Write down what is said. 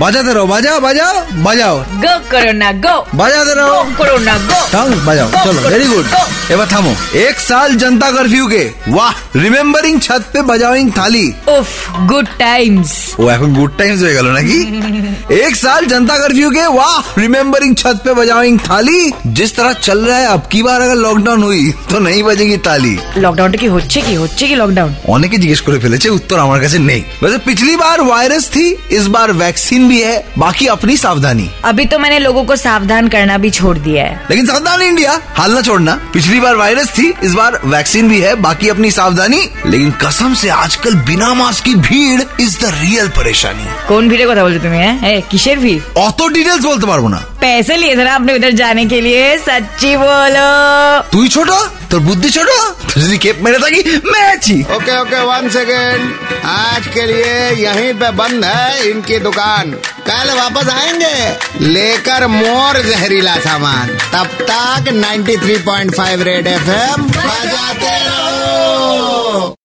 बजाते रहो बजाओ बजाओ बजाओ गो कोरोना गो बजाते गो रहो कोरोना गो टांग बजाओ गो चलो कोरोना, वेरी गुड गो। ये बात थामो एक साल जनता कर्फ्यू के वाह रिमेम्बरिंग छत पे बजाओइंग थाली उफ गुड टाइम्स ও এখন গুড টাইমস হয়ে গেল নাকি एक साल जनता कर्फ्यू के वाह रिमेम्बरिंग छत पे बजाओइंग थाली जिस तरह चल रहा है अब की बार अगर लॉकडाउन हुई तो नहीं बजेगी थाली লকডাউনটা কি হচ্ছে কি হচ্ছে কি লকডাউন অনেকে জিজ্ঞেস করে ফেলেছে উত্তর আমার কাছে নেই वैसे पिछली बार वायरस थी इस बार वैक्सीन भी है बाकी अपनी सावधानी अभी तो मैंने लोगों को सावधान करना भी छोड़ दिया है लेकिन सावधान इंडिया हाल ना छोड़ना पिछली बार वायरस थी इस बार वैक्सीन भी है बाकी अपनी सावधानी लेकिन कसम से आजकल बिना मास्क की भीड़ इज द रियल परेशानी কোন ভিড়ের কথা বলছো তুমি হ্যাঁ এ, কিসের ভিড় অত ডিটেলস বলতে পারবো না पैसे लिए थे ना आपने उधर जाने के लिए सच्ची बोलो তুই ছোট তোর বুদ্ধি ছোট তুই যদি কেপ মেরে থাকি মেরেছি ओके ओके वन सेकेंड आज के लिए यहीं पे बंद है इनकी दुकान कल वापस आएंगे लेकर मोर जहरीला सामान तब तक 93.5 रेड एफ बजाते रहो